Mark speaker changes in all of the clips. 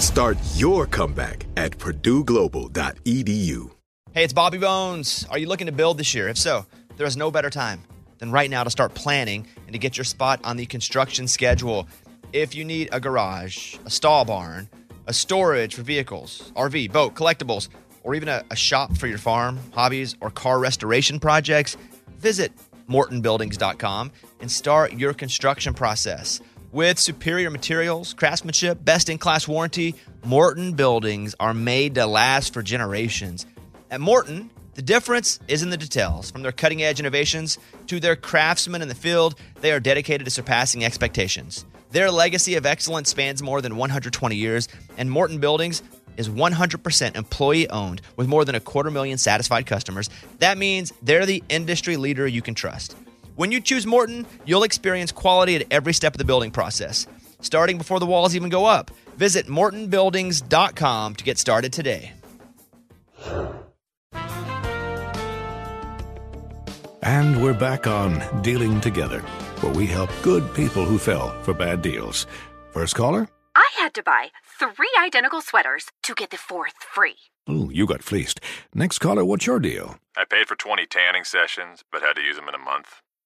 Speaker 1: Start your comeback at purdueglobal.edu.
Speaker 2: Hey, it's Bobby Bones. Are you looking to build this year? If so, there is no better time than right now to start planning and to get your spot on the construction schedule. If you need a garage, a stall barn, a storage for vehicles, RV, boat, collectibles, or even a, a shop for your farm, hobbies, or car restoration projects, visit mortonbuildings.com and start your construction process. With superior materials, craftsmanship, best in class warranty, Morton buildings are made to last for generations. At Morton, the difference is in the details. From their cutting edge innovations to their craftsmen in the field, they are dedicated to surpassing expectations. Their legacy of excellence spans more than 120 years, and Morton Buildings is 100% employee owned with more than a quarter million satisfied customers. That means they're the industry leader you can trust. When you choose Morton, you'll experience quality at every step of the building process, starting before the walls even go up. Visit mortonbuildings.com to get started today.
Speaker 3: And we're back on Dealing Together, where we help good people who fell for bad deals. First caller?
Speaker 4: I had to buy three identical sweaters to get the fourth free.
Speaker 3: Ooh, you got fleeced. Next caller, what's your deal?
Speaker 5: I paid for 20 tanning sessions, but had to use them in a month.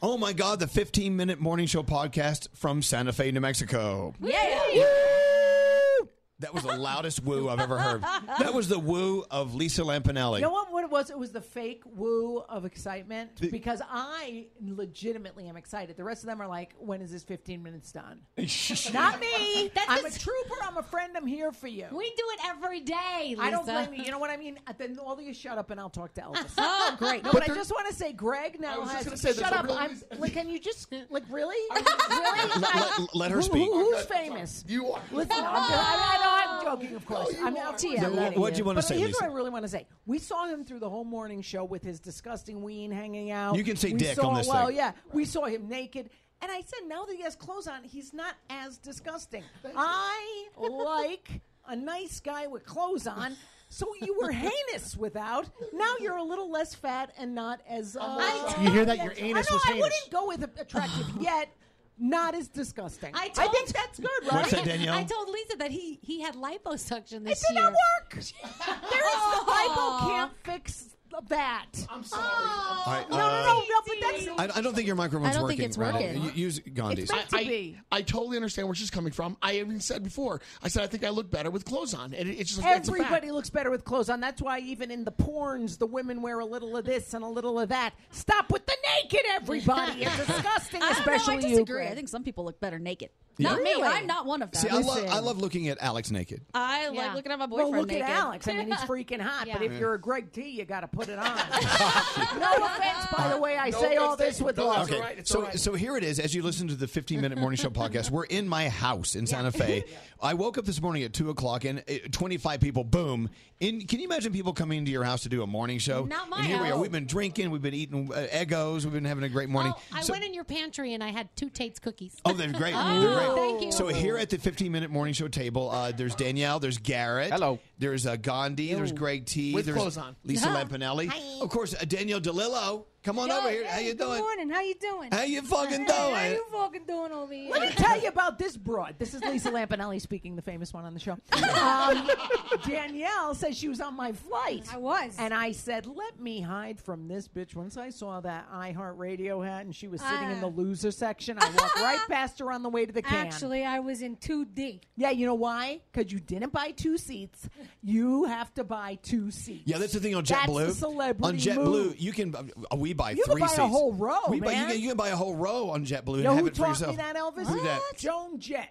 Speaker 6: Oh my God, the 15 minute morning show podcast from Santa Fe, New Mexico. That was the loudest woo I've ever heard. That was the woo of Lisa Lampanelli.
Speaker 7: You know what, what it was? It was the fake woo of excitement because I legitimately am excited. The rest of them are like, when is this 15 minutes done? Not me.
Speaker 8: That's
Speaker 7: I'm a
Speaker 8: just-
Speaker 7: trooper. I'm a friend. I'm here for you.
Speaker 8: We do it every day.
Speaker 7: I don't
Speaker 8: Lisa.
Speaker 7: blame you. You know what I mean? Uh, Then all of you shut up and I'll talk to Elvis. oh,
Speaker 8: great.
Speaker 7: No,
Speaker 8: But
Speaker 7: but, I
Speaker 8: there-
Speaker 7: just want to say, Greg now
Speaker 8: was just
Speaker 7: has.
Speaker 8: gonna say, there's
Speaker 7: shut
Speaker 8: a
Speaker 7: up.
Speaker 8: real
Speaker 7: I'm, like, can you just, like, really? really?
Speaker 6: Let- let- let her
Speaker 7: Who-
Speaker 6: speak.
Speaker 7: who- who's famous? You are. Listen, I'm, I, I know I'm joking, of course. I'm out to you.
Speaker 6: Yeah, wh- what'd you wanna
Speaker 7: But
Speaker 6: say,
Speaker 7: Here's
Speaker 6: Lisa?
Speaker 7: what I really want to say. We saw him through the whole morning show with his disgusting ween hanging out.
Speaker 6: You can say
Speaker 7: We
Speaker 6: dick
Speaker 7: saw-
Speaker 6: on this
Speaker 7: Well,
Speaker 6: thing.
Speaker 7: yeah. We saw him naked. And I said, now that he has clothes on, he's not as disgusting. I like a nice guy with clothes on. So you were heinous without. Now you're a little less fat and not as. Uh,
Speaker 9: You hear that? Your anus
Speaker 7: I know
Speaker 9: was
Speaker 7: I
Speaker 9: heinous.
Speaker 7: wouldn't go with attractive yet. not as disgusting.
Speaker 10: I, told,
Speaker 7: think that's good, right?
Speaker 6: What's that, Danielle?
Speaker 10: I told Lisa that he he had liposuction this
Speaker 7: did
Speaker 10: year.
Speaker 7: not
Speaker 10: did not work.
Speaker 7: There is the Bible can't fix that. I'm sorry.
Speaker 6: All right,
Speaker 7: no,
Speaker 6: uh,
Speaker 7: no, no, no, but that's
Speaker 6: I, I don't think your microphone's
Speaker 7: I don't
Speaker 6: working.
Speaker 7: think it's
Speaker 6: right?
Speaker 7: working.
Speaker 6: You- Use Gandhi's.
Speaker 8: I, I, I totally understand where she's coming from. I even said before. I said I think I look better with clothes on, and it, it's just it's a fact.
Speaker 7: Everybody looks better with clothes on. That's why even in the porns, the women wear a little of this and a little of that. Stop with the naked, everybody. It's disgusting,
Speaker 9: I don't know,
Speaker 7: especially
Speaker 9: I
Speaker 7: you.
Speaker 9: disagree.
Speaker 7: Greg.
Speaker 9: I think some people look better naked.
Speaker 6: Yeah.
Speaker 9: Not
Speaker 6: Really?
Speaker 9: me. I'm not one of them.
Speaker 6: See, I love, I love looking at Alex naked.
Speaker 9: I like looking at my
Speaker 7: Well,
Speaker 9: boyfriend
Speaker 7: look
Speaker 9: naked.
Speaker 7: at Alex. I mean, he's freaking hot. But if
Speaker 6: Yeah.
Speaker 7: you're a Greg T, you got to put it on. no offense, by
Speaker 6: Uh,
Speaker 7: the way, I
Speaker 6: No
Speaker 7: say all
Speaker 6: offense,
Speaker 7: this with
Speaker 6: no,
Speaker 7: love.
Speaker 6: okay. so, so here it is. As you listen to the 15 minute morning show podcast, we're in my house in Santa Fe. I woke up this morning at two o'clock, and uh, 25 people. Boom! In can you imagine people coming into your house to do a morning show?
Speaker 10: Not my
Speaker 6: and oh, here we are.
Speaker 10: house.
Speaker 6: We've been drinking. We've been eating uh, egos. We've been having a great morning.
Speaker 7: Oh,
Speaker 10: I
Speaker 6: So-
Speaker 10: went in your pantry and I had two Tate's cookies.
Speaker 6: Oh, they're great.
Speaker 10: Oh,
Speaker 6: they're great.
Speaker 10: thank you.
Speaker 6: So here at the 15 minute morning show table, uh, there's Danielle, there's Garrett. Hello. There's uh, Gandhi, there's Greg T.
Speaker 8: With
Speaker 6: there's
Speaker 8: clothes on.
Speaker 6: Lisa
Speaker 8: Huh.
Speaker 6: Lampanelli. Of course, uh, Danielle DeLillo. Come on
Speaker 11: Yo,
Speaker 6: over here. How
Speaker 11: hey,
Speaker 6: you
Speaker 11: Good
Speaker 6: doing?
Speaker 11: morning. How you doing?
Speaker 6: How you fucking
Speaker 11: How
Speaker 6: doing?
Speaker 11: you fucking doing over here?
Speaker 7: Let me tell you about this broad. This is Lisa Lampanelli speaking, the famous one on the show. Um, Danielle says she was on my flight. I was. And I said, let me hide from this bitch. Once I saw that iHeartRadio hat and she was sitting in the
Speaker 11: Ah.
Speaker 7: loser section, I walked right past her on the way to the can.
Speaker 11: Actually, I was in 2D.
Speaker 7: Yeah, you know why? Because you didn't buy two seats. You have to buy two seats.
Speaker 6: Yeah, that's the thing on
Speaker 7: That's
Speaker 6: JetBlue.
Speaker 7: the celebrity
Speaker 6: on JetBlue,
Speaker 7: move.
Speaker 6: you can uh, we buy
Speaker 7: You can
Speaker 6: three
Speaker 7: buy a
Speaker 6: seats.
Speaker 7: whole row,
Speaker 6: We buy, you,
Speaker 7: man.
Speaker 6: can, you can buy a whole row on JetBlue
Speaker 7: You
Speaker 6: and
Speaker 7: know
Speaker 6: have
Speaker 7: who
Speaker 6: it for
Speaker 7: taught
Speaker 6: yourself.
Speaker 7: me that, Elvis?
Speaker 6: Who that?
Speaker 7: Joan Jett.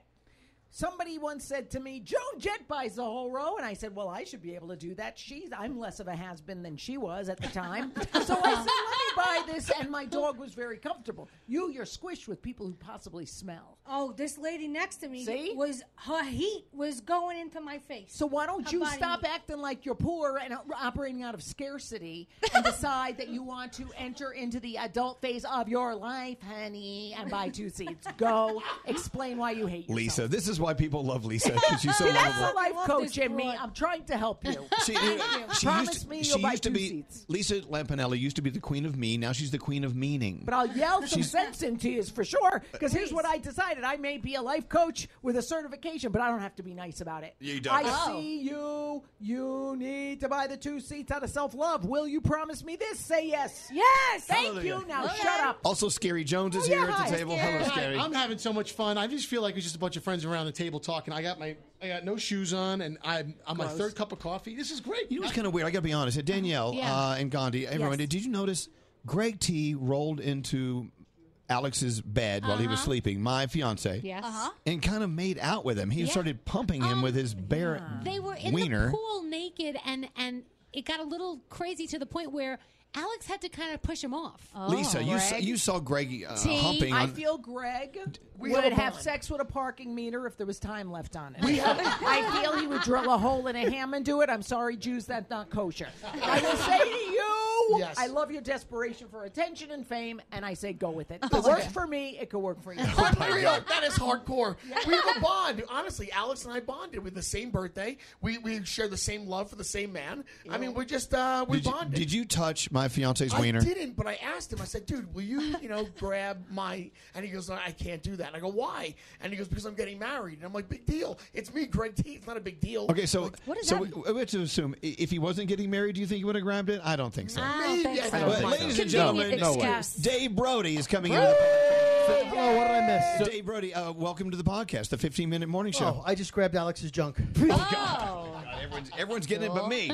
Speaker 7: Somebody once said to me, "Joan Jett buys the whole row," and I said, "Well, I should be able to do that. She's I'm less of a has been than she was at the time." so I said, "Let me buy this," and my dog was very comfortable. You, you're squished with people who possibly smell.
Speaker 11: Oh, this lady next to me
Speaker 7: See?
Speaker 11: was her heat was going into my face.
Speaker 7: So why don't
Speaker 11: Her
Speaker 7: you
Speaker 11: body
Speaker 7: stop
Speaker 11: heat.
Speaker 7: acting like you're poor and o- operating out of scarcity and decide that you want to enter into the adult phase of your life, honey, and buy two seats. Go explain why you hate
Speaker 6: Lisa. This is why people love Lisa because she's so
Speaker 7: See, that's
Speaker 6: lovable.
Speaker 7: the life
Speaker 11: Love
Speaker 7: coach
Speaker 11: this
Speaker 7: in me.
Speaker 11: broad.
Speaker 7: I'm trying to help you.
Speaker 6: She, she
Speaker 7: Promise
Speaker 6: used to,
Speaker 7: me
Speaker 6: she
Speaker 7: you'll buy
Speaker 6: used to
Speaker 7: two
Speaker 6: be
Speaker 7: seats.
Speaker 6: Lisa Lampanelli used to be the queen of me. Now she's the queen of meaning.
Speaker 7: But I'll yell some
Speaker 6: She's-
Speaker 7: sense into you for sure. Because here's what I decided: I may be a life coach with a certification, but I don't have to be nice about it.
Speaker 6: You don't.
Speaker 7: I
Speaker 6: Oh.
Speaker 7: see you. You need to buy the two seats out of self love. Will you promise me this? Say yes. Yes. Thank you.
Speaker 8: Hallelujah.
Speaker 7: Now
Speaker 8: Okay.
Speaker 7: shut up.
Speaker 6: also, Scary Jones is
Speaker 7: Oh, yeah,
Speaker 6: here at
Speaker 7: hi,
Speaker 6: the table. Hello,
Speaker 8: Hi,
Speaker 6: Scary.
Speaker 8: I'm having so much fun. I just feel like it's just a bunch of friends around the table talking. I got my I got no shoes on, and I'm on my
Speaker 6: Gross.
Speaker 8: third cup of coffee. This is great.
Speaker 6: You know what's kind of weird? I got to be honest. Uh, Danielle
Speaker 8: Yeah.
Speaker 6: uh, and Gandhi, everyone,
Speaker 8: Yes.
Speaker 6: did you notice Greg T rolled into Alex's bed while he was
Speaker 9: Uh-huh.
Speaker 6: sleeping, my fiance,
Speaker 10: Yes.
Speaker 9: Uh-huh.
Speaker 6: and kind of made out with him. He
Speaker 10: Yeah.
Speaker 6: started pumping
Speaker 7: Um,
Speaker 6: him with his bare
Speaker 7: Uh-huh.
Speaker 10: They were in
Speaker 6: wiener.
Speaker 10: the pool naked, and and it got a little crazy to the point where Alex had to kind of push him off.
Speaker 6: Lisa, you saw, you saw Greg uh,
Speaker 10: See,
Speaker 6: humping.
Speaker 7: I
Speaker 6: on-
Speaker 7: feel Greg
Speaker 10: we
Speaker 7: would
Speaker 10: have a
Speaker 7: have
Speaker 10: bond.
Speaker 7: sex with a parking meter if there was time left on it. I feel he would drill a hole in a ham and do it. I'm sorry, Jews, that's not kosher. I will say to you,
Speaker 8: Yes.
Speaker 7: I love your desperation for attention and fame, and I say go with it. It
Speaker 8: That's
Speaker 7: worked
Speaker 8: okay.
Speaker 7: for me, it could work for you.
Speaker 8: Unreal. That is hardcore. We have a bond. Honestly, Alex and I bonded with the same birthday. We we share the same love for the same man. I mean, we're just uh, we
Speaker 6: did, you,
Speaker 8: bonded.
Speaker 6: did you touch my fiance's
Speaker 8: I
Speaker 6: wiener?
Speaker 8: didn't, but I asked him. I said, "Dude, will you, you know, grab my?" And he goes, no, "I can't do that." And I go, "Why?" And he goes, "Because I'm getting married." And I'm like, "Big deal. It's me, Greg T. It's not a big deal."
Speaker 6: Okay, so
Speaker 8: Like,
Speaker 6: so we, we have to assume i- if he wasn't getting married, do you think he would have grabbed it? I don't think so.
Speaker 8: I don't think so. I don't
Speaker 6: But
Speaker 8: think
Speaker 6: ladies
Speaker 8: so.
Speaker 6: and gentlemen,
Speaker 8: Convenient excuse.
Speaker 6: Dave Brody is coming in.
Speaker 12: Hello, what did I miss?
Speaker 6: Dave Brody, uh, welcome to the podcast, the 15 minute morning
Speaker 12: Oh,
Speaker 6: show.
Speaker 12: I just grabbed Alex's junk.
Speaker 6: everyone's, everyone's getting it but me.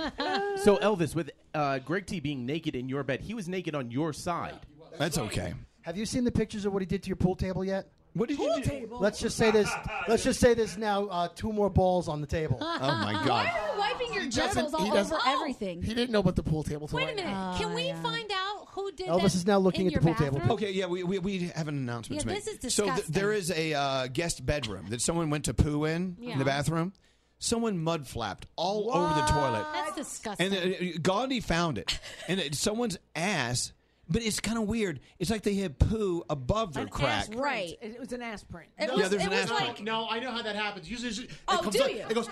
Speaker 12: so Elvis, with uh, Greg T being naked in your bed, he was naked on your side.
Speaker 6: That's okay.
Speaker 12: Have you seen the pictures of what he did to your pool table yet?
Speaker 6: What did
Speaker 12: you do? Let's just say this. Let's just say this now. Uh, two more balls on the table.
Speaker 6: Oh my
Speaker 12: God.
Speaker 9: Why are you wiping your
Speaker 12: He
Speaker 9: genitals
Speaker 12: doesn't- he
Speaker 9: all
Speaker 12: doesn't-
Speaker 9: over everything?
Speaker 8: He didn't know about the pool table.
Speaker 9: Wait
Speaker 8: till
Speaker 9: a
Speaker 8: right
Speaker 9: minute.
Speaker 8: now.
Speaker 7: Oh,
Speaker 9: Can we find out who did
Speaker 6: Elvis
Speaker 9: that
Speaker 6: is
Speaker 12: now
Speaker 9: in your bathroom?
Speaker 6: Okay, yeah, we, we, we have an announcement
Speaker 9: Yeah,
Speaker 6: to make.
Speaker 9: this is
Speaker 6: So th-
Speaker 9: disgusting.
Speaker 6: there is a uh, guest bedroom that someone went to poo in in
Speaker 9: Yeah.
Speaker 6: the bathroom. Someone mud flapped all over the toilet.
Speaker 10: That's disgusting.
Speaker 6: And uh, Gandhi found it, and it, someone's ass. But it's kind of weird. It's like they had poo above their crack.
Speaker 7: Right. It was an aspirin.
Speaker 6: It Yeah, was- there's it an was aspirin.
Speaker 8: No, I know how that happens. Usually, it
Speaker 7: Oh,
Speaker 8: comes
Speaker 7: do
Speaker 8: up,
Speaker 7: you?
Speaker 8: It goes,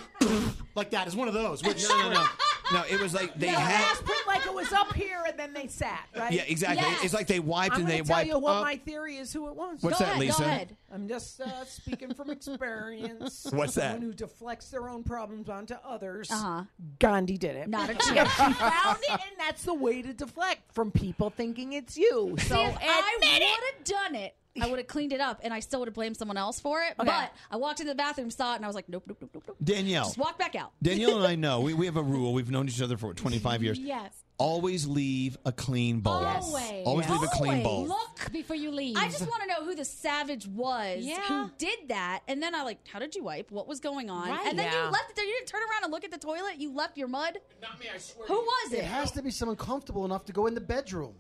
Speaker 8: like that. It's one of those. Which
Speaker 6: No, no, no. No, it was like they
Speaker 7: They
Speaker 6: had.
Speaker 7: asked it like it was up here and then they sat, right?
Speaker 6: Yeah, exactly. It's like they wiped
Speaker 7: I'm
Speaker 6: and
Speaker 7: gonna
Speaker 6: they
Speaker 7: tell
Speaker 6: wiped
Speaker 7: you what
Speaker 6: up.
Speaker 7: my theory is who it was.
Speaker 6: What's Go that, ahead, go Lisa? ahead.
Speaker 7: I'm just uh, speaking from experience.
Speaker 6: What's that?
Speaker 7: Someone who deflects their own problems onto others.
Speaker 13: Uh-huh.
Speaker 7: Gandhi did it.
Speaker 13: Not a
Speaker 7: she
Speaker 13: chance.
Speaker 7: found it, and that's the way to deflect from people thinking it's you. So
Speaker 13: See, if I
Speaker 7: admit it.
Speaker 13: would have done it. I would have cleaned it up, and I still would have blamed someone else for it.
Speaker 6: Okay.
Speaker 13: But I walked into the bathroom, saw it, and I was like, nope, nope, nope, nope, nope.
Speaker 6: Danielle.
Speaker 13: Just walk back out.
Speaker 6: Danielle and I know we, we have a rule. We've known each other for what, 25 years.
Speaker 13: Yes.
Speaker 6: Always leave a clean bowl.
Speaker 13: Always.
Speaker 6: Always leave a clean bowl.
Speaker 13: Look before you leave. I just want to know who the savage was
Speaker 10: Yeah.
Speaker 13: who did that. And then I like, how did you wipe? What was going on?
Speaker 10: Right.
Speaker 13: And then
Speaker 10: Yeah.
Speaker 13: you left it there. You didn't turn around and look at the toilet. You left your mud.
Speaker 8: Not me, I swear.
Speaker 13: Who was it?
Speaker 14: It has to be someone comfortable enough to go in the bedroom.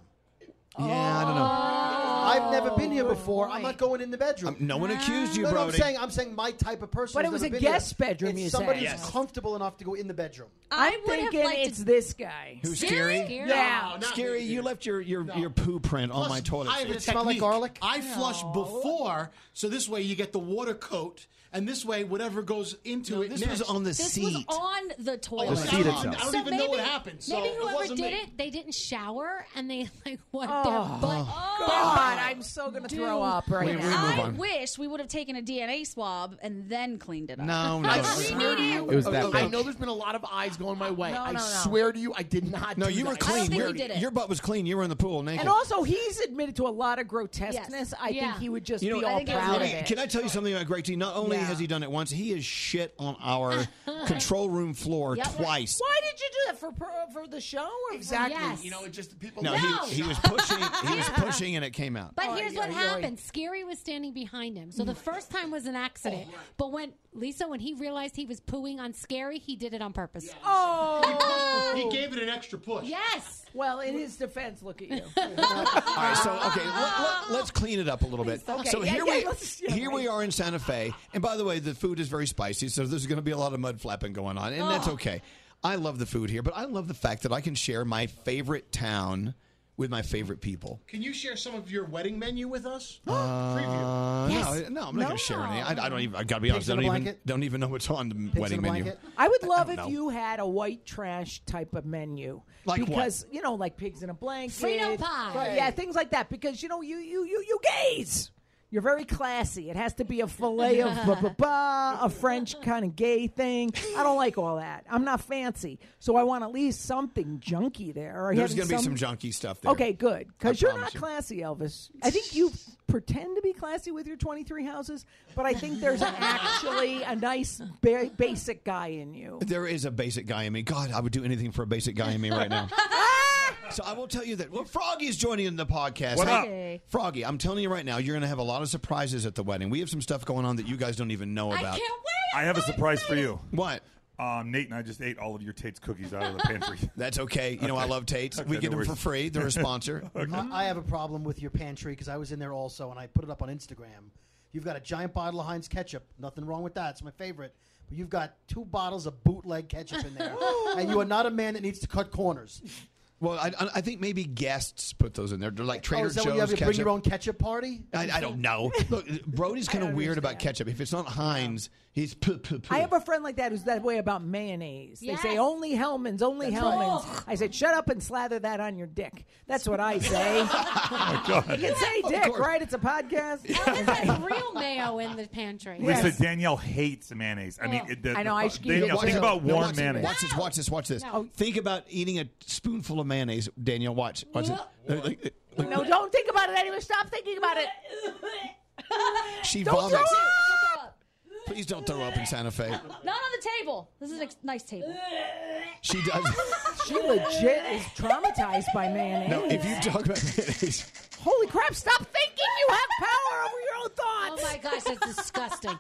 Speaker 6: Yeah, I don't know.
Speaker 14: I've never
Speaker 7: Oh,
Speaker 14: been here before. I'm not going in the bedroom.
Speaker 6: Um, no one accused you,
Speaker 14: no, no, I'm
Speaker 6: Brody.
Speaker 14: saying I'm saying my type of person.
Speaker 7: But it
Speaker 14: who's
Speaker 7: was
Speaker 14: never
Speaker 7: a
Speaker 14: been
Speaker 7: guest
Speaker 14: here.
Speaker 7: bedroom,
Speaker 14: It's
Speaker 7: you
Speaker 14: somebody
Speaker 7: said.
Speaker 14: who's
Speaker 7: Yes.
Speaker 14: comfortable enough to go in the bedroom.
Speaker 7: I'm thinking it's this guy.
Speaker 6: Who's scary?
Speaker 7: Yeah.
Speaker 6: Scary, you left your your, your poo print on
Speaker 8: Plus,
Speaker 6: my toilet.
Speaker 8: I have
Speaker 6: seat.
Speaker 8: a technique. I flush before, so this way you get the water coat, and this way whatever goes into it.
Speaker 6: this was
Speaker 8: next-
Speaker 6: on the
Speaker 13: This was on the toilet.
Speaker 8: The seat itself. I don't
Speaker 10: So
Speaker 8: even know what happened, so
Speaker 10: maybe
Speaker 8: it
Speaker 10: whoever
Speaker 8: wasn't
Speaker 10: did
Speaker 8: me.
Speaker 10: it, they didn't shower and they like wiped their
Speaker 7: Oh,
Speaker 10: butt.
Speaker 7: God, I'm so gonna throw up right
Speaker 6: Wait, now. we move
Speaker 13: I
Speaker 6: on.
Speaker 13: wish we would have taken a DNA swab and then cleaned it up.
Speaker 6: No, no.
Speaker 8: I
Speaker 6: no.
Speaker 8: swear to you,
Speaker 6: It was that
Speaker 8: I
Speaker 6: big.
Speaker 8: know there's been a lot of eyes going my way.
Speaker 7: No,
Speaker 8: I
Speaker 7: no, no.
Speaker 8: swear to you, I did not.
Speaker 6: No,
Speaker 8: do
Speaker 6: you
Speaker 8: that.
Speaker 6: were clean. your, your butt was clean. You were in the pool naked.
Speaker 7: And also, he's admitted to a lot of grotesqueness. I
Speaker 13: Yeah.
Speaker 7: think he would just
Speaker 6: You know,
Speaker 7: be all proud of it.
Speaker 6: Can I tell you something about Greg T? Not only has he done it once, he is shit on our control room floor
Speaker 7: Yep.
Speaker 6: twice.
Speaker 7: Why did you do that for pro- for the show? Or
Speaker 8: Exactly. You know, it just people.
Speaker 6: No,
Speaker 8: No.
Speaker 6: he, he was pushing. He was pushing, and it came out.
Speaker 7: Oh,
Speaker 10: But here's what happened. Scary was standing behind him. So
Speaker 7: Mm.
Speaker 10: the first time was an
Speaker 7: Oh,
Speaker 10: accident. But when Lisa, when he realized he was pooing on Scary, he did it on purpose.
Speaker 7: Oh.
Speaker 8: He gave it an extra push.
Speaker 10: Yes.
Speaker 7: Well, in his defense, look at you.
Speaker 6: All right, so okay, let, us clean it up a little bit.
Speaker 7: Okay,
Speaker 6: so
Speaker 7: yeah,
Speaker 6: here
Speaker 7: yeah,
Speaker 6: we
Speaker 7: let's- yeah,
Speaker 6: here we are in Santa Fe, and by the way, the food is very spicy, so there's going to be a lot of mud flapping going on, and that's
Speaker 8: Oh.
Speaker 6: okay. I love the food here, but I love the fact that I can share my favorite town with my favorite people.
Speaker 8: Can you share some of your wedding menu with us?
Speaker 6: Uh,
Speaker 8: Yes.
Speaker 6: No, no, I'm not
Speaker 8: No.
Speaker 6: going to share any. I, I don't even. I got to be honest.
Speaker 8: Pigs in
Speaker 6: I
Speaker 8: a
Speaker 6: don't even.
Speaker 8: blanket?
Speaker 6: Don't even know what's on the wedding menu.
Speaker 7: I would love if
Speaker 6: know.
Speaker 7: you had a white trash type of menu,
Speaker 6: Like what?
Speaker 7: because you know, like pigs in a blanket,
Speaker 10: Frito pie.
Speaker 7: Right, yeah, things like that. Because you know, you you you you gays, you're very classy. It has to be a fillet of blah blah blah, a French kind of gay thing. I don't like all that. I'm not fancy, so I want at least something junky there. Or
Speaker 6: There's
Speaker 7: having
Speaker 6: going to be some junky stuff there.
Speaker 7: Okay, good. Because
Speaker 6: I
Speaker 7: you're
Speaker 6: promise
Speaker 7: not
Speaker 6: you.
Speaker 7: classy, Elvis. I think you pretend to be classy with your 23 houses, but I think there's actually a nice ba- basic guy in you.
Speaker 6: There is a basic guy in me. God, I would do anything for a basic guy in me right now. so I will tell you that. Well, Froggy is joining the podcast.
Speaker 15: Oh.
Speaker 13: What up?
Speaker 6: Hey, Froggy, I'm telling you right now, you're going to have a lot of surprises at the wedding. We have some stuff going on that you guys don't even know
Speaker 13: I
Speaker 6: about.
Speaker 13: can't wait.
Speaker 16: I have a surprise for you.
Speaker 6: What?
Speaker 16: Um, Nate and I just ate all of your Tate's cookies out of the pantry.
Speaker 6: That's okay. You know, I love Tate's. We get
Speaker 16: no
Speaker 6: them for
Speaker 16: worries.
Speaker 6: free. They're a sponsor.
Speaker 14: I, I have a problem with your pantry because I was in there also, and I put it up on Instagram. You've got a giant bottle of Heinz ketchup. Nothing wrong with that. It's my favorite. But you've got two bottles of bootleg ketchup in there, and you are not a man that needs to cut corners.
Speaker 6: Well, I, I- I think maybe guests put those in there. They're like Trader
Speaker 14: oh, is that
Speaker 6: Joe's
Speaker 14: what you have your
Speaker 6: ketchup.
Speaker 14: bring your own ketchup party?
Speaker 6: I, I don't know. Look, Brody's kind of weird about ketchup. If it's not Heinz, he's. Puh, puh, puh.
Speaker 7: I have a friend like that who's that way about mayonnaise. They say only Hellman's, only
Speaker 6: That's
Speaker 7: Hellman's.
Speaker 6: right.
Speaker 7: I said, shut up and slather that on your dick. That's what I say.
Speaker 16: God.
Speaker 7: You can say
Speaker 10: Of
Speaker 7: dick,
Speaker 10: course.
Speaker 7: right? It's a podcast.
Speaker 10: Real mayo in the pantry.
Speaker 16: Lisa Danielle hates mayonnaise. I mean, it, the,
Speaker 7: I know,
Speaker 16: the-
Speaker 7: I should
Speaker 6: Give me
Speaker 16: Danielle,
Speaker 6: the-
Speaker 16: think about
Speaker 6: No,
Speaker 16: warm
Speaker 6: watch
Speaker 16: mayonnaise.
Speaker 6: This, watch this. Watch this. Watch this. Think about eating a spoonful of mayonnaise, Daniel. Watch. Watch it. Look, look, look.
Speaker 7: No, don't think about it anyway. Stop thinking about it.
Speaker 6: She
Speaker 13: Don't throw
Speaker 6: vomits.
Speaker 13: up.
Speaker 6: Please don't throw up in Santa Fe.
Speaker 13: Not on the table. This is a nice table.
Speaker 6: She does.
Speaker 7: She legit is traumatized by mayonnaise.
Speaker 6: No, if you talk about mayonnaise,
Speaker 7: Holy crap, stop thinking you have power over your own thoughts.
Speaker 10: Oh my gosh, that's disgusting.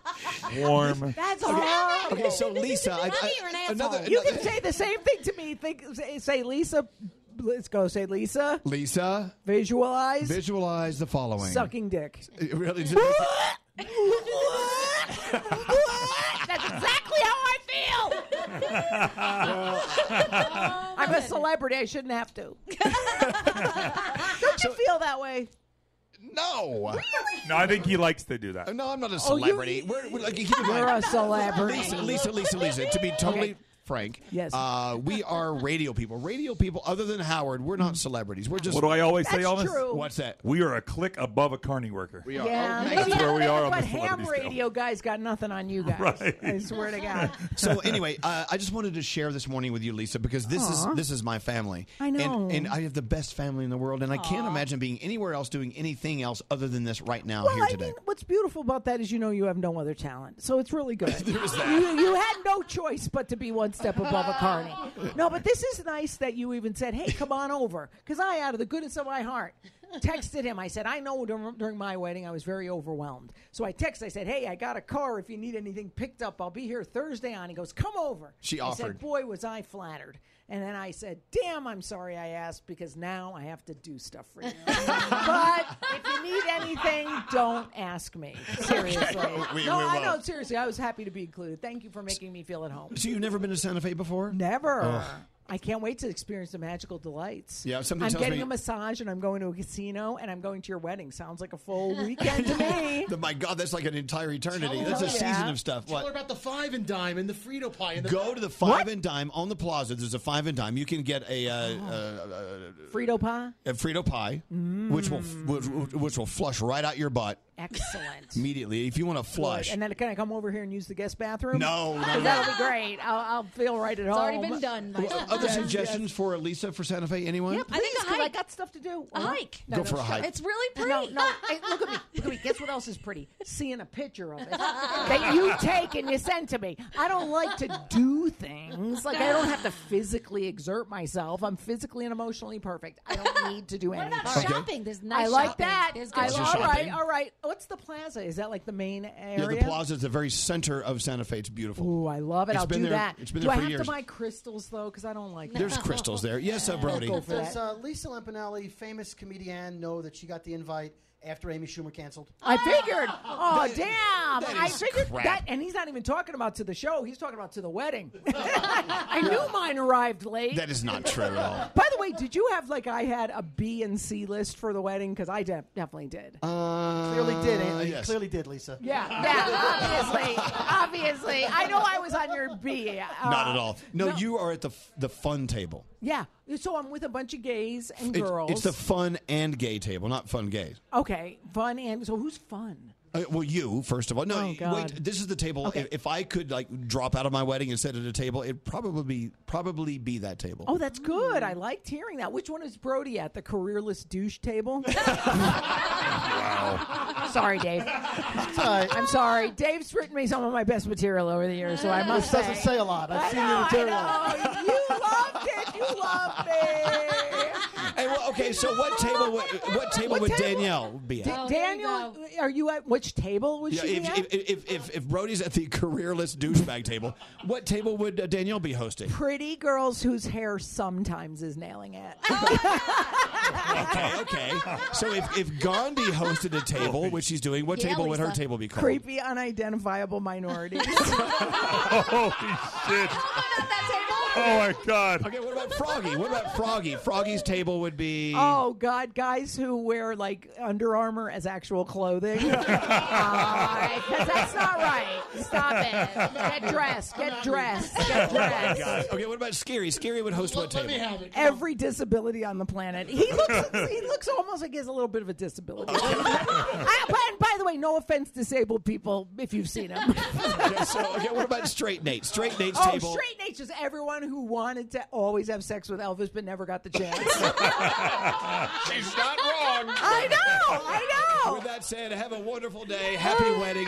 Speaker 16: warm.
Speaker 7: That's
Speaker 6: Okay,
Speaker 7: horrible.
Speaker 6: okay, so Lisa, I- I- another-
Speaker 7: You can
Speaker 6: another-
Speaker 7: say the same thing to me. Think, say, say Lisa. Let's go. Say Lisa.
Speaker 6: Lisa,
Speaker 7: visualize,
Speaker 6: visualize the following.
Speaker 7: Sucking dick.
Speaker 6: It really.
Speaker 7: That's exactly how I feel. I'm a celebrity. I shouldn't have to. Don't you feel that way?
Speaker 6: No.
Speaker 16: No, I think he likes to do that.
Speaker 6: No, I'm not a
Speaker 16: Oh, you-
Speaker 6: celebrity. we're, we're like, keep in
Speaker 16: You're
Speaker 6: mind-
Speaker 16: a celebrity.
Speaker 6: Lisa, Lisa, Lisa, Lisa. To be totally
Speaker 16: Okay.
Speaker 6: frank,
Speaker 16: Yes.
Speaker 6: uh, we are radio people. Radio people, other than Howard, we're not celebrities. We're just.
Speaker 16: what do I always say on this?
Speaker 6: What's that?
Speaker 16: We are a click above a carny worker.
Speaker 6: Oh, We
Speaker 7: Yeah,
Speaker 16: That's
Speaker 7: but-
Speaker 16: where we are on
Speaker 7: But
Speaker 16: the
Speaker 7: ham
Speaker 16: celebrity scale.
Speaker 7: radio guys got nothing on you guys.
Speaker 16: Right.
Speaker 7: I swear to God.
Speaker 6: So anyway, uh, I just wanted to share this morning with you, Lisa, because this
Speaker 7: Aw.
Speaker 6: is this is my family.
Speaker 7: I know.
Speaker 6: and, and I have the best family in the world, and I can't imagine being anywhere else doing anything else other than this right now
Speaker 7: Well,
Speaker 6: here
Speaker 7: I
Speaker 6: today.
Speaker 7: mean, what's beautiful about that is you know you have no other talent, so it's really good.
Speaker 6: There's that.
Speaker 7: You, you had no choice but to be one step above a carny. No, but this is nice that you even said, "Hey, come on over," because I, out of the goodness of my heart, texted him. I said, "I know dur- during my wedding I was very overwhelmed, so I texted. I said, "Hey, I got a car. If you need anything picked up, I'll be here Thursday on." He goes, "Come over."
Speaker 6: She
Speaker 7: I
Speaker 6: offered.
Speaker 7: said, "Boy, was I flattered." And then I said, "Damn, I'm sorry I asked because now I have to do stuff for you." but if you need anything, don't ask me. Seriously.
Speaker 6: we-
Speaker 7: no,
Speaker 6: we
Speaker 7: I
Speaker 6: won't.
Speaker 7: know. Seriously, I was happy to be included. Thank you for making me feel at home.
Speaker 6: So you've never been to Santa Fe before?
Speaker 7: Never.
Speaker 6: Ugh.
Speaker 7: I can't wait to experience the magical delights.
Speaker 6: Yeah, something
Speaker 7: I'm
Speaker 6: tells
Speaker 7: getting
Speaker 6: me-
Speaker 7: a massage and I'm going to a casino and I'm going to your wedding. Sounds like a full weekend to me.
Speaker 6: My God, that's like an entire eternity. That's a
Speaker 7: about
Speaker 6: season
Speaker 7: that.
Speaker 6: of stuff.
Speaker 9: Tell her
Speaker 6: What?
Speaker 9: about the five and dime and the Frito pie and the
Speaker 6: Go to the five and dime on the plaza. There's a five and dime. You can get a, uh, uh,
Speaker 7: Frito pie. Mm.
Speaker 6: uh, a Frito pie, which will which, which will flush right out your butt
Speaker 7: Excellent.
Speaker 6: immediately. If you want to flush,
Speaker 7: And then can I come over here and use the guest bathroom?
Speaker 6: No, no, no.
Speaker 7: that'll be great. I'll, I'll feel right at
Speaker 13: It's
Speaker 7: home.
Speaker 13: already been done. by
Speaker 6: Well,
Speaker 13: now.
Speaker 6: other suggestions for Lisa for Santa Fe? Anyone?
Speaker 7: Yeah,
Speaker 13: I think a
Speaker 7: Please, 'cause I
Speaker 13: hike.
Speaker 7: got stuff to do.
Speaker 13: A hike.
Speaker 6: Go for a
Speaker 7: shut
Speaker 6: hike.
Speaker 7: up.
Speaker 13: It's really pretty.
Speaker 7: No, no. Hey, look at me. Look at me. Guess what else is pretty? Seeing a picture of it that you take and you send to me. I don't like to do things. Like I don't have to physically exert myself. I'm physically and emotionally perfect. I don't need to do anything.
Speaker 10: about Okay. shopping? There's nice
Speaker 7: I like
Speaker 10: shopping.
Speaker 7: that.
Speaker 10: There's good
Speaker 7: I,
Speaker 6: Lots of
Speaker 7: all right,
Speaker 6: shopping.
Speaker 7: all right. What's the plaza? Is that like the main
Speaker 6: Yeah,
Speaker 7: area?
Speaker 6: the plaza is the very center of Santa Fe. It's beautiful.
Speaker 7: Ooh, I love it. I'll
Speaker 6: been
Speaker 7: do
Speaker 6: there,
Speaker 7: that.
Speaker 6: It's been
Speaker 7: do
Speaker 6: there
Speaker 7: I
Speaker 6: for
Speaker 7: have
Speaker 6: years.
Speaker 7: to buy crystals though? Because I don't like. that.
Speaker 6: There's crystals there. Yes, uh, Brody.
Speaker 14: Does uh, Lisa Lampanelli, famous comedian, know that she got the invite after Amy Schumer canceled?
Speaker 7: I figured. Oh,
Speaker 14: That-
Speaker 7: damn!
Speaker 14: that
Speaker 7: I
Speaker 14: is
Speaker 7: figured
Speaker 14: crap.
Speaker 7: that, and he's not even talking about to the show. He's talking about to the wedding. I knew mine arrived late.
Speaker 6: That is not true at all.
Speaker 7: By the way, did you have like I had a B and C list for the wedding? Because I de- definitely did.
Speaker 6: Uh,
Speaker 14: Clearly did, Anthony.
Speaker 6: yes.
Speaker 14: Clearly did, Lisa.
Speaker 7: Yeah, yeah, obviously, obviously. I know I was on your B. uh,
Speaker 6: Not at all. No,
Speaker 7: no.
Speaker 6: you are at the f- the fun table.
Speaker 7: Yeah, so I'm with a bunch of gays and
Speaker 6: It-
Speaker 7: girls.
Speaker 6: it's the fun and gay table, not fun gays.
Speaker 7: okay, fun and so who's fun?
Speaker 6: Uh, well, you first of all. No,
Speaker 7: Oh, God.
Speaker 6: wait. This is the table. If, if I could like drop out of my wedding and sit at a table, it'd probably be probably be that table.
Speaker 7: Oh, that's good. I liked hearing that. Which one is Brody at? The careerless douche table? sorry, Dave. I'm sorry. Dave's written me some of my best material over the years, so I must
Speaker 14: This doesn't say a lot. I've
Speaker 7: I
Speaker 14: seen
Speaker 7: know,
Speaker 14: your
Speaker 7: I
Speaker 14: material.
Speaker 7: You love me.
Speaker 6: Hey, well, okay. So what table? Would, what table would Danielle be at?
Speaker 7: Da- Daniel, are you at which table was
Speaker 6: Yeah,
Speaker 7: she
Speaker 6: if,
Speaker 7: at?
Speaker 6: if, if, if, if Brody's at the careerless douchebag table, what table would uh, Danielle be hosting?
Speaker 7: Pretty girls whose hair sometimes is nailing it.
Speaker 6: Okay, okay. So if, if Gandhi hosted a table, which she's doing, what
Speaker 7: Yeah,
Speaker 6: table would her
Speaker 7: Lisa.
Speaker 6: table be called?
Speaker 7: Creepy, unidentifiable minorities.
Speaker 16: Holy shit.
Speaker 6: Oh
Speaker 16: my god.
Speaker 6: Okay, what about Froggy? What about Froggy? Froggy's table would be
Speaker 7: Oh God, guys who wear like Under Armour as actual clothing. Oh, All right, 'cause that's not right. Stop it. Get dressed. Get dressed. Get dressed.
Speaker 6: Okay, what about Scary? Scary would host what table?
Speaker 7: Every disability on the planet. He looks. he looks almost like he has a little bit of a disability. I- but- and by the way, no offense, disabled people, if you've seen him.
Speaker 6: Okay, so, okay, what about Straight Nate? Straight Nate's
Speaker 7: oh,
Speaker 6: table.
Speaker 7: straight Nate's just everyone who wanted to always have sex with Elvis but never got the chance.
Speaker 6: She's not wrong.
Speaker 7: I know. I know.
Speaker 6: With that said, have a wonderful
Speaker 7: Oh.
Speaker 6: day. Happy wedding.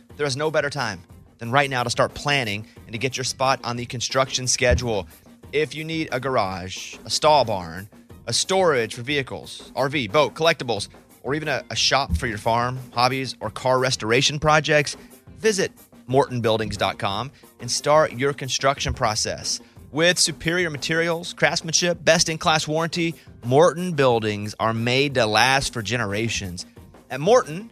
Speaker 2: there is no better time than right now to start planning and to get your spot on the construction schedule. If you need a garage, a stall barn, a storage for vehicles, RV, boat, collectibles, or even a, a shop for your farm, hobbies, or car restoration projects, visit MortonBuildings.com and start your construction process. With superior materials, craftsmanship, best in class warranty, Morton buildings are made to last for generations. At Morton,